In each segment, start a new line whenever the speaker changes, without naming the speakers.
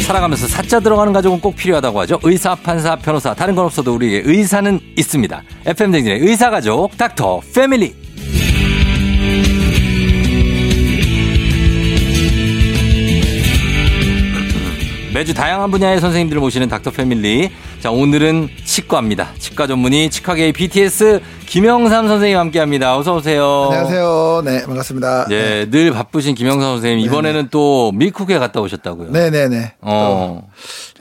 살아가면서 사자 들어가는 가족은 꼭 필요하다고 하죠. 의사, 판사, 변호사, 다른 건 없어도 우리에게 의사는 있습니다. FM 댕진의 의사 가족 닥터 패밀리. 매주 다양한 분야의 선생님들을 모시는 닥터 패밀리. 자, 오늘은 치과입니다. 치과 전문의 치과계의 BTS 김영삼 선생님 함께 합니다. 어서오세요.
안녕하세요. 네, 반갑습니다.
예, 늘 바쁘신 김영삼 선생님. 이번에는 또 미국에 갔다 오셨다고요.
네, 네, 네.
어,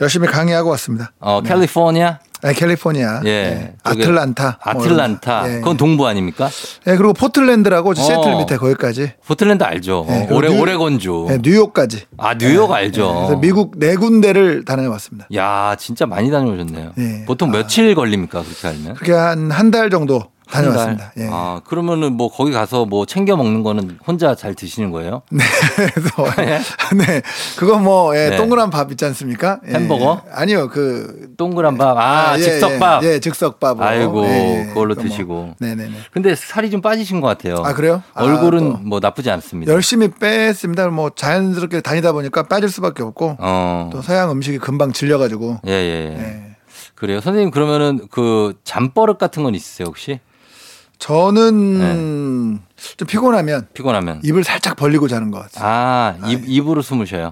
열심히 강의하고 왔습니다.
어 캘리포니아?
네, 캘리포니아.
예.
네.
저기-
아틀란타. 뭐 이런
아틀란타.
거. 예.
그건 동부 아닙니까?
예, 그리고 포틀랜드라고 이제
어.
시애틀 밑에 거기까지.
포틀랜드 알죠. 어,
예, 그리고
오레,
뉴-
오레곤주.
예, 뉴욕까지.
아, 뉴욕
예,
알죠.
그래서 미국 네 군데를 다녀왔습니다.
야, 진짜 많이 다녀오셨네요.
예.
보통 며칠 걸립니까? 그렇게 알면?
그렇게 한 한 달 정도 다녀왔습니다.
한 달?
예.
아, 그러면은 뭐 거기 가서 뭐 챙겨 먹는 거는 혼자 잘 드시는 거예요?
네. 그래서 네. 그거 뭐 예,
네.
동그란 밥 있지 않습니까? 예.
햄버거?
아니요. 그
동그란 밥. 아,
예,
즉석밥.
예, 예, 즉석밥.
아이고, 그걸로 드시고.
네, 네, 네.
근데 살이 좀 빠지신 것 같아요.
아, 그래요? 아,
얼굴은
또.
뭐 나쁘지 않습니다.
열심히 뺐습니다. 뭐 자연스럽게 다니다 보니까 빠질 수밖에 없고
어.
또 서양 음식이 금방 질려가지고
예, 예, 예.
예.
그래요. 선생님 그러면은 그 잠버릇 같은 건 있으세요, 혹시?
저는
네.
좀 피곤하면
피곤하면.
입을 살짝 벌리고 자는 것 같아요. 예.
아, 입, 입으로 숨을 쉬어요.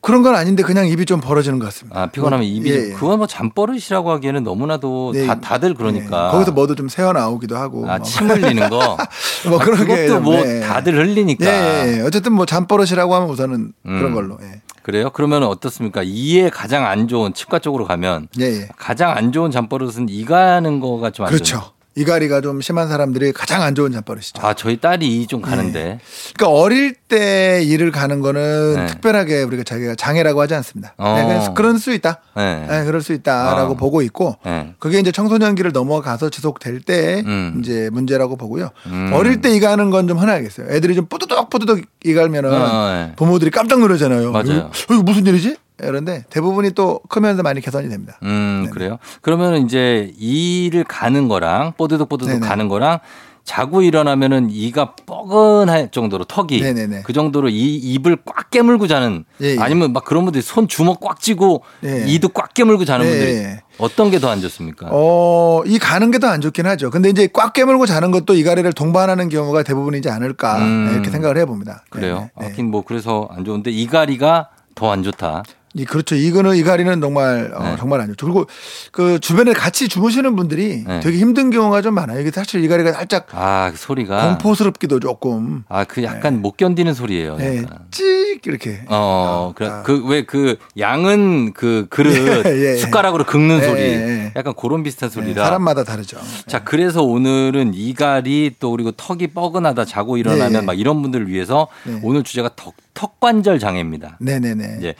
그런 건 아닌데 그냥 입이 좀 벌어지는 것 같습니다.
아, 피곤하면 입이
예, 예.
그건 뭐 잠버릇이라고 하기에는 너무나도
네,
다 다들 그러니까.
예. 거기서 뭐도 좀 새어 나오기도 하고
아,
뭐.
침 흘리는 거.
뭐
아,
그런 게
그것도
좀,
뭐
네.
다들
예,
흘리니까.
예, 예. 어쨌든 뭐 잠버릇이라고 하면 우선은 그런
음.
걸로. 예.
그래요? 그러면 어떻습니까? 이에 가장 안 좋은 치과 쪽으로 가면
예, 예.
가장 안 좋은 잠버릇은 이가는 거가 좀 안 좋죠.
그렇죠. 이가리가 좀 심한 사람들이 가장 안 좋은 잠버릇이죠.
아 저희 딸이 이 좀
네.
가는데
그러니까 어릴 때 일을 가는 거는
네.
특별하게 우리가 자기가 장애라고 하지 않습니다.
어.
네, 그래서 그럴 수 있다.
네.
네, 그럴 수 있다라고
어.
보고 있고
네.
그게 이제 청소년기를 넘어가서 지속될 때
음.
이제 문제라고 보고요.
음.
어릴 때 이가는 건 좀 흔하겠어요. 애들이 좀 뿌두둑 뿌두둑 이갈면은
어, 네. 부모들이
부모들이 깜짝 놀라잖아요.
맞아요.
이거, 이거 무슨 일이지? 그런데 대부분이 또 크면서 많이 개선이 됩니다.
음
네.
그래요? 그러면 이제 이를 가는 거랑 뽀드득 뽀드득
네네.
가는 거랑 자고 일어나면은 이가 뻐근할 정도로 턱이
네네네.
그 정도로 이 입을 꽉 깨물고 자는
예, 예.
아니면 막 그런 분들이 손 주먹 꽉 쥐고
예.
이도 꽉 깨물고 자는
예,
분들이
예.
어떤 게 더 안 좋습니까?
어, 이 가는 게 더 안 좋긴 하죠. 근데 이제 꽉 깨물고 자는 것도 이가리를 동반하는 경우가 대부분이지 않을까
음.
네, 이렇게 생각을 해봅니다.
그래요.
네, 네, 네.
하긴 뭐 그래서 안 좋은데 이가리가 더 안 좋다.
이 그렇죠. 이거는 이가리는 정말 어,
네.
정말 아니죠. 그리고 그 주변에 같이 주무시는 분들이
네.
되게 힘든 경우가 좀 많아요. 이게 사실 이가리가 살짝
아, 그 소리가
공포스럽기도 네. 조금
아, 그 약간 못 견디는 소리예요.
예,
약간.
찍 이렇게
네. 어, 그래
아.
그왜 그 양은 그 그릇
예, 예, 예.
숟가락으로 긁는
예,
소리.
예, 예.
약간 그런 비슷한
예,
소리라.
사람마다 다르죠.
자, 그래서 오늘은 이갈이 또 그리고 턱이 뻐근하다 자고 일어나면
예, 예.
막 이런 분들을 위해서
네.
오늘 주제가 턱, 턱관절 장애입니다.
네네네.
예.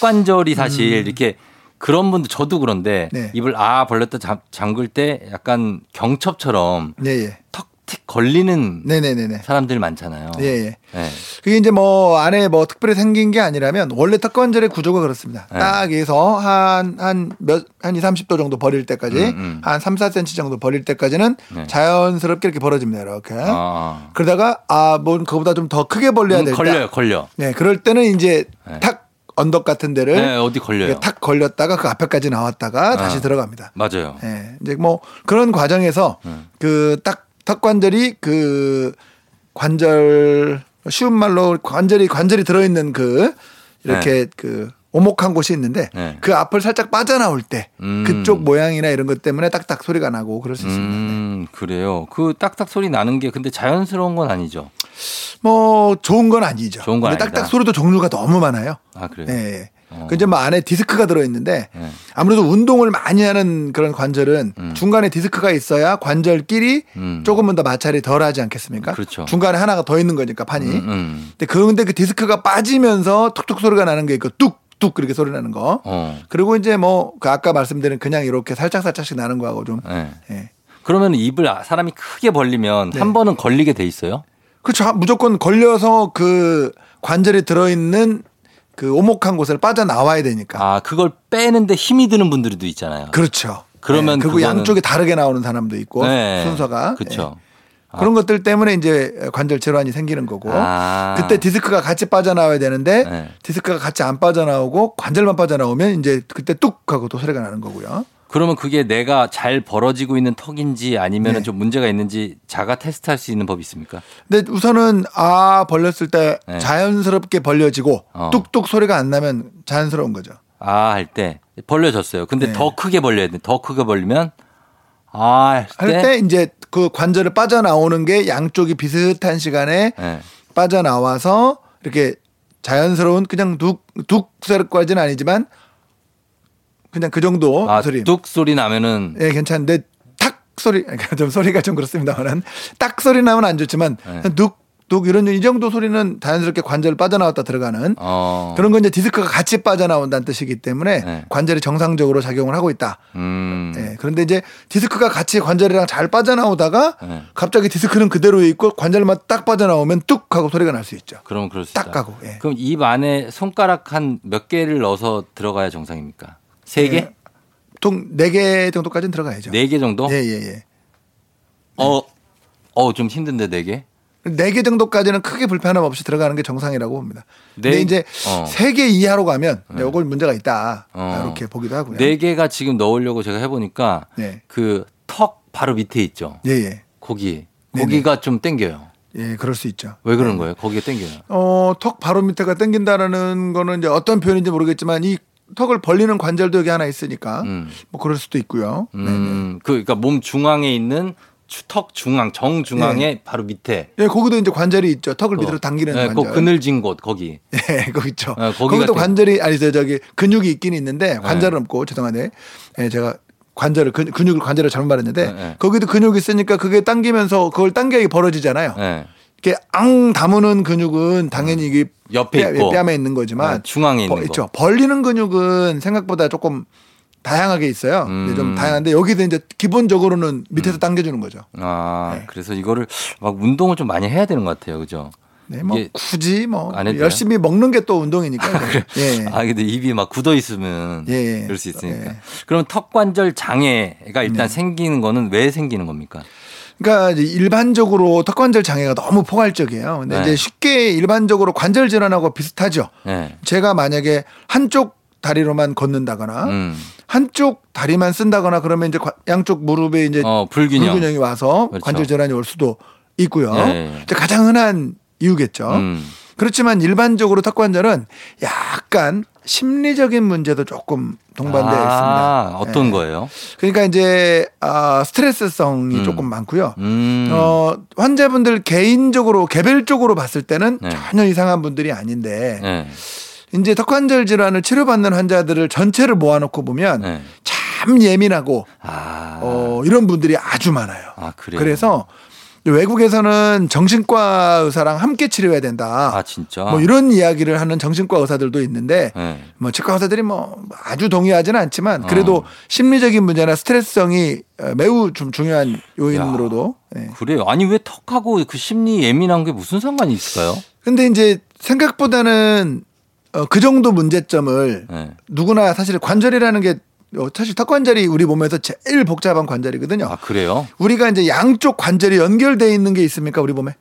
턱관절이 사실 이렇게 그런 분들 저도 그런데
음. 네.
입을 아 벌렸다 잠, 잠글 때 약간 경첩처럼
예, 예.
턱틱 걸리는
네네네네.
사람들 많잖아요.
예, 예.
예.
그게 이제 뭐 안에 뭐 특별히 생긴 게 아니라면 원래 턱관절의 구조가 그렇습니다.
네.
딱 여기서 한 한 몇 한 2, 30도 정도 벌릴 때까지
음, 음.
한 3, 4cm 정도 벌릴 때까지는
네.
자연스럽게 이렇게 벌어집니다. 이렇게.
아.
그러다가 아, 뭔 그보다 좀 더 크게 벌려야
음,
될다.
걸려요, 걸려.
네, 그럴 때는 이제
네.
탁 언덕 같은 데를
네, 어디 걸려요. 네.
이렇게 탁 걸렸다가 그 앞에까지 나왔다가 다시 들어갑니다.
맞아요.
예, 이제 뭐 그런 과정에서
네.
그 딱 턱관절이 그 관절 쉬운 말로 관절이 관절이 들어있는 그 이렇게 그 오목한 곳이 있는데
네.
그 앞을 살짝 빠져나올 때
음.
그쪽 모양이나 이런 것 때문에 딱딱 소리가 나고 그럴 수 있습니다.
음, 그래요. 그 딱딱 소리 나는 게 근데 자연스러운 건 아니죠.
뭐 좋은 건 아니죠.
좋은 건
근데
아니다.
딱딱 소리도 종류가 너무 많아요.
아, 그래요.
예.
어.
그 이제 뭐 안에 디스크가 들어있는데
네.
아무래도 운동을 많이 하는 그런 관절은 중간에 디스크가 있어야 관절끼리
음.
조금은 더 마찰이 덜 하지 않겠습니까?
그렇죠.
중간에 하나가 더 있는 거니까 판이.
음, 음.
근데 그런데 그 디스크가 빠지면서 툭툭 소리가 나는 게 있고 뚝뚝 그렇게 소리 나는 거.
어.
그리고 이제 뭐그 아까 말씀드린 그냥 이렇게 살짝살짝씩 나는 거하고 좀.
예.
예.
그러면 입을 아- 사람이 크게 벌리면
네.
한 번은 걸리게 돼 있어요?
그렇죠. 무조건 걸려서 그 관절이 들어있는 그 오목한 곳을 빠져나와야 되니까.
아, 그걸 빼는데 힘이 드는 분들도 있잖아요.
그렇죠.
그러면
예, 그리고
그거는-
양쪽에 다르게 나오는 사람도 있고
네.
순서가
그렇죠.
그런 것들 때문에 이제 관절 질환이 생기는 거고
아.
그때 디스크가 같이 빠져나와야 되는데
네.
디스크가 같이 안 빠져나오고 관절만 빠져나오면 이제 그때 뚝 하고 또 소리가 나는 거고요.
그러면 그게 내가 잘 벌어지고 있는 턱인지 아니면
네.
은좀 문제가 있는지 자가 테스트할 수 있는 법이 있습니까?
근데 우선은 아 벌렸을 때
네.
자연스럽게 벌려지고
어.
뚝뚝 소리가 안 나면 자연스러운 거죠.
아 할 때 벌려졌어요. 근데
네.
더 크게 벌려야 돼. 더 크게 벌리면 아할 때.
할 때 이제 그 관절을 빠져나오는 게 양쪽이 비슷한 시간에
네.
빠져나와서 이렇게 자연스러운 그냥 뚝뚝 소리까지는 아니지만 그냥 그 정도
아,
소리.
뚝 소리 나면은
예, 괜찮은데 탁 소리 그러니까 좀 소리가 좀 그렇습니다만은 딱 소리 나면 안 좋지만
네.
뚝뚝 이런 이 정도 소리는 자연스럽게 관절 빠져나왔다 들어가는
어.
그런 건 이제 디스크가 같이 빠져나온다는 뜻이기 때문에
네.
관절이 정상적으로 작용을 하고 있다.
음.
예, 그런데 이제 디스크가 같이 관절이랑 잘 빠져나오다가
네.
갑자기 디스크는 그대로 있고 관절만 딱 빠져나오면 뚝 하고 소리가 날 수 있죠.
그럼 그럴 수 있다.
딱 가고. 예.
그럼 입 안에 손가락 한 몇 개를 넣어서 들어가야 정상입니까?
네.
세 개?
통네개 정도까지는 들어가야죠.
네 개 정도?
예, 예, 예.
어. 어, 좀 힘든데 네 개?
네 개 정도까지는 크게 불편함 없이 들어가는 게 정상이라고 봅니다.
네-
근데 이제
어. 네.
세 개 이하로 가면 이걸 문제가 있다
어.
이렇게 보기도 하고요.
네 개가 지금 넣으려고 제가 해 보니까
네.
그 턱 바로 밑에 있죠.
예, 예,
거기.
네네. 네.
거기가 좀 땡겨요.
예, 그럴 수 있죠.
왜 그런 거예요? 거기에 땡겨요.
어, 턱 바로 밑에가 당긴다라는 거는 이제 어떤 표현인지 모르겠지만 이 턱을 벌리는 관절도 여기 하나 있으니까
음.
뭐 그럴 수도 있고요. 네.
음. 그 그러니까 몸 중앙에 있는 추- 턱 중앙, 정 중앙에 바로 밑에
예, 거기도 이제 관절이 있죠. 턱을
그-
밑으로 당기는
예, 그
관절.
그늘진 곳 거기.
예, 거기 있죠.
예, 거기
거기도
같은-
관절이 아니 저 저기 근육이 있긴
예.
있는데 관절은 없고 죄송한데 예, 제가 관절을 근, 근육을 관절을 잘못 말했는데
네, 네.
거기도 근육이 있으니까 그게 당기면서 그걸 당겨야 벌어지잖아요.
예.
이렇게 앙 다무는 근육은 당연히 이게
음. 옆에
뼈,
있고.
뺨에 있는 거지만
네, 중앙에 있는
벌-
거.
있죠. 벌리는 근육은 생각보다 조금 다양하게 있어요. 근데
음.
좀 다양한데 여기도 이제 기본적으로는 밑에서 당겨주는 거죠.
아,
네.
그래서 이거를 막 운동을 좀 많이 해야 되는 것 같아요. 그죠?
네, 뭐
이게-
굳이 뭐
안 해도 돼요?
열심히 먹는 게 또 운동이니까. 예.
아, 근데 입이 막 굳어 있으면
예, 예.
그럴 수 있으니까.
예.
그럼 턱 관절 장애가 일단
네.
생기는 거는 왜 생기는 겁니까?
그러니까 이제 일반적으로 턱관절 장애가 너무 포괄적이에요. 근데
네.
이제 쉽게 일반적으로 관절 질환하고 비슷하죠.
예.
제가 만약에 한쪽 다리로만 걷는다거나
음.
한쪽 다리만 쓴다거나 그러면 이제 관- 양쪽 무릎에 이제
어, 불균형.
네. 불균형이 와서
그렇죠.
관절 질환이 올 수도 있고요.
예, 예.
이제 가장 흔한 이유겠죠.
음.
그렇지만 일반적으로 턱관절은 약간 심리적인 문제도 조금 동반되어
아,
있습니다.
어떤
예.
거예요?
그러니까 이제 아, 스트레스성이
음.
조금 많고요.
음.
어, 환자분들 개인적으로 개별적으로 봤을 때는
네.
전혀 이상한 분들이 아닌데
예.
이제 턱관절 질환을 치료받는 환자들을 전체를 모아놓고 보면
예.
참 예민하고
아.
어, 이런 분들이 아주 많아요.
아, 그래요.
그래서 외국에서는 정신과 의사랑 함께 치료해야 된다.
아, 진짜.
뭐 이런 이야기를 하는 정신과 의사들도 있는데
예.
뭐 치과 의사들이 뭐 아주 동의하지는 않지만 그래도
어.
심리적인 문제나 스트레스성이 매우 좀 중요한 요인으로도 예.
그래요. 아니 왜 턱하고 그 심리 예민한 게 무슨 상관이 있을까요?
근데 이제 생각보다는 어, 그 정도 문제점을
예.
누구나 사실 관절이라는 게 어, 사실 턱관절이 우리 몸에서 제일 복잡한 관절이거든요.
아, 그래요?
우리가 이제 양쪽 관절이 연결돼 있는 게 있습니까 우리 몸에?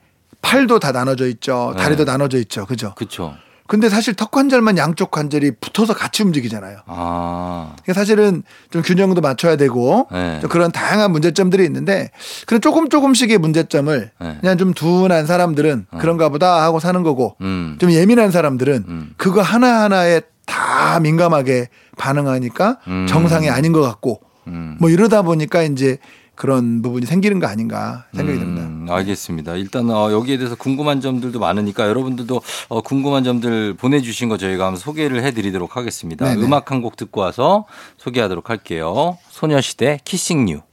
팔도 다 나눠져 있죠.
네.
다리도 나눠져 있죠. 그죠?
그쵸
근데 사실 턱관절만 양쪽 관절이 붙어서 같이 움직이잖아요.
아.
그러니까 사실은 좀 균형도 맞춰야 되고
네.
좀 그런 다양한 문제점들이 있는데 그런 조금 조금씩의 문제점을
네. 어.
그냥 좀 둔한 사람들은 그런가 보다 하고 사는 거고
음.
좀 예민한 사람들은
음.
그거 하나하나에 다 민감하게 반응하니까
음.
정상이 아닌 것 같고
음.
뭐 이러다 보니까 이제 그런 부분이 생기는 거 아닌가 생각이 듭니다.
음, 알겠습니다. 일단 어, 여기에 대해서 궁금한 점들도 많으니까 여러분들도 어, 궁금한 점들 보내주신 거 저희가 한번 소개를 해드리도록 하겠습니다.
네네.
음악 한 곡 듣고 와서 소개하도록 할게요. 소녀시대 키싱 유.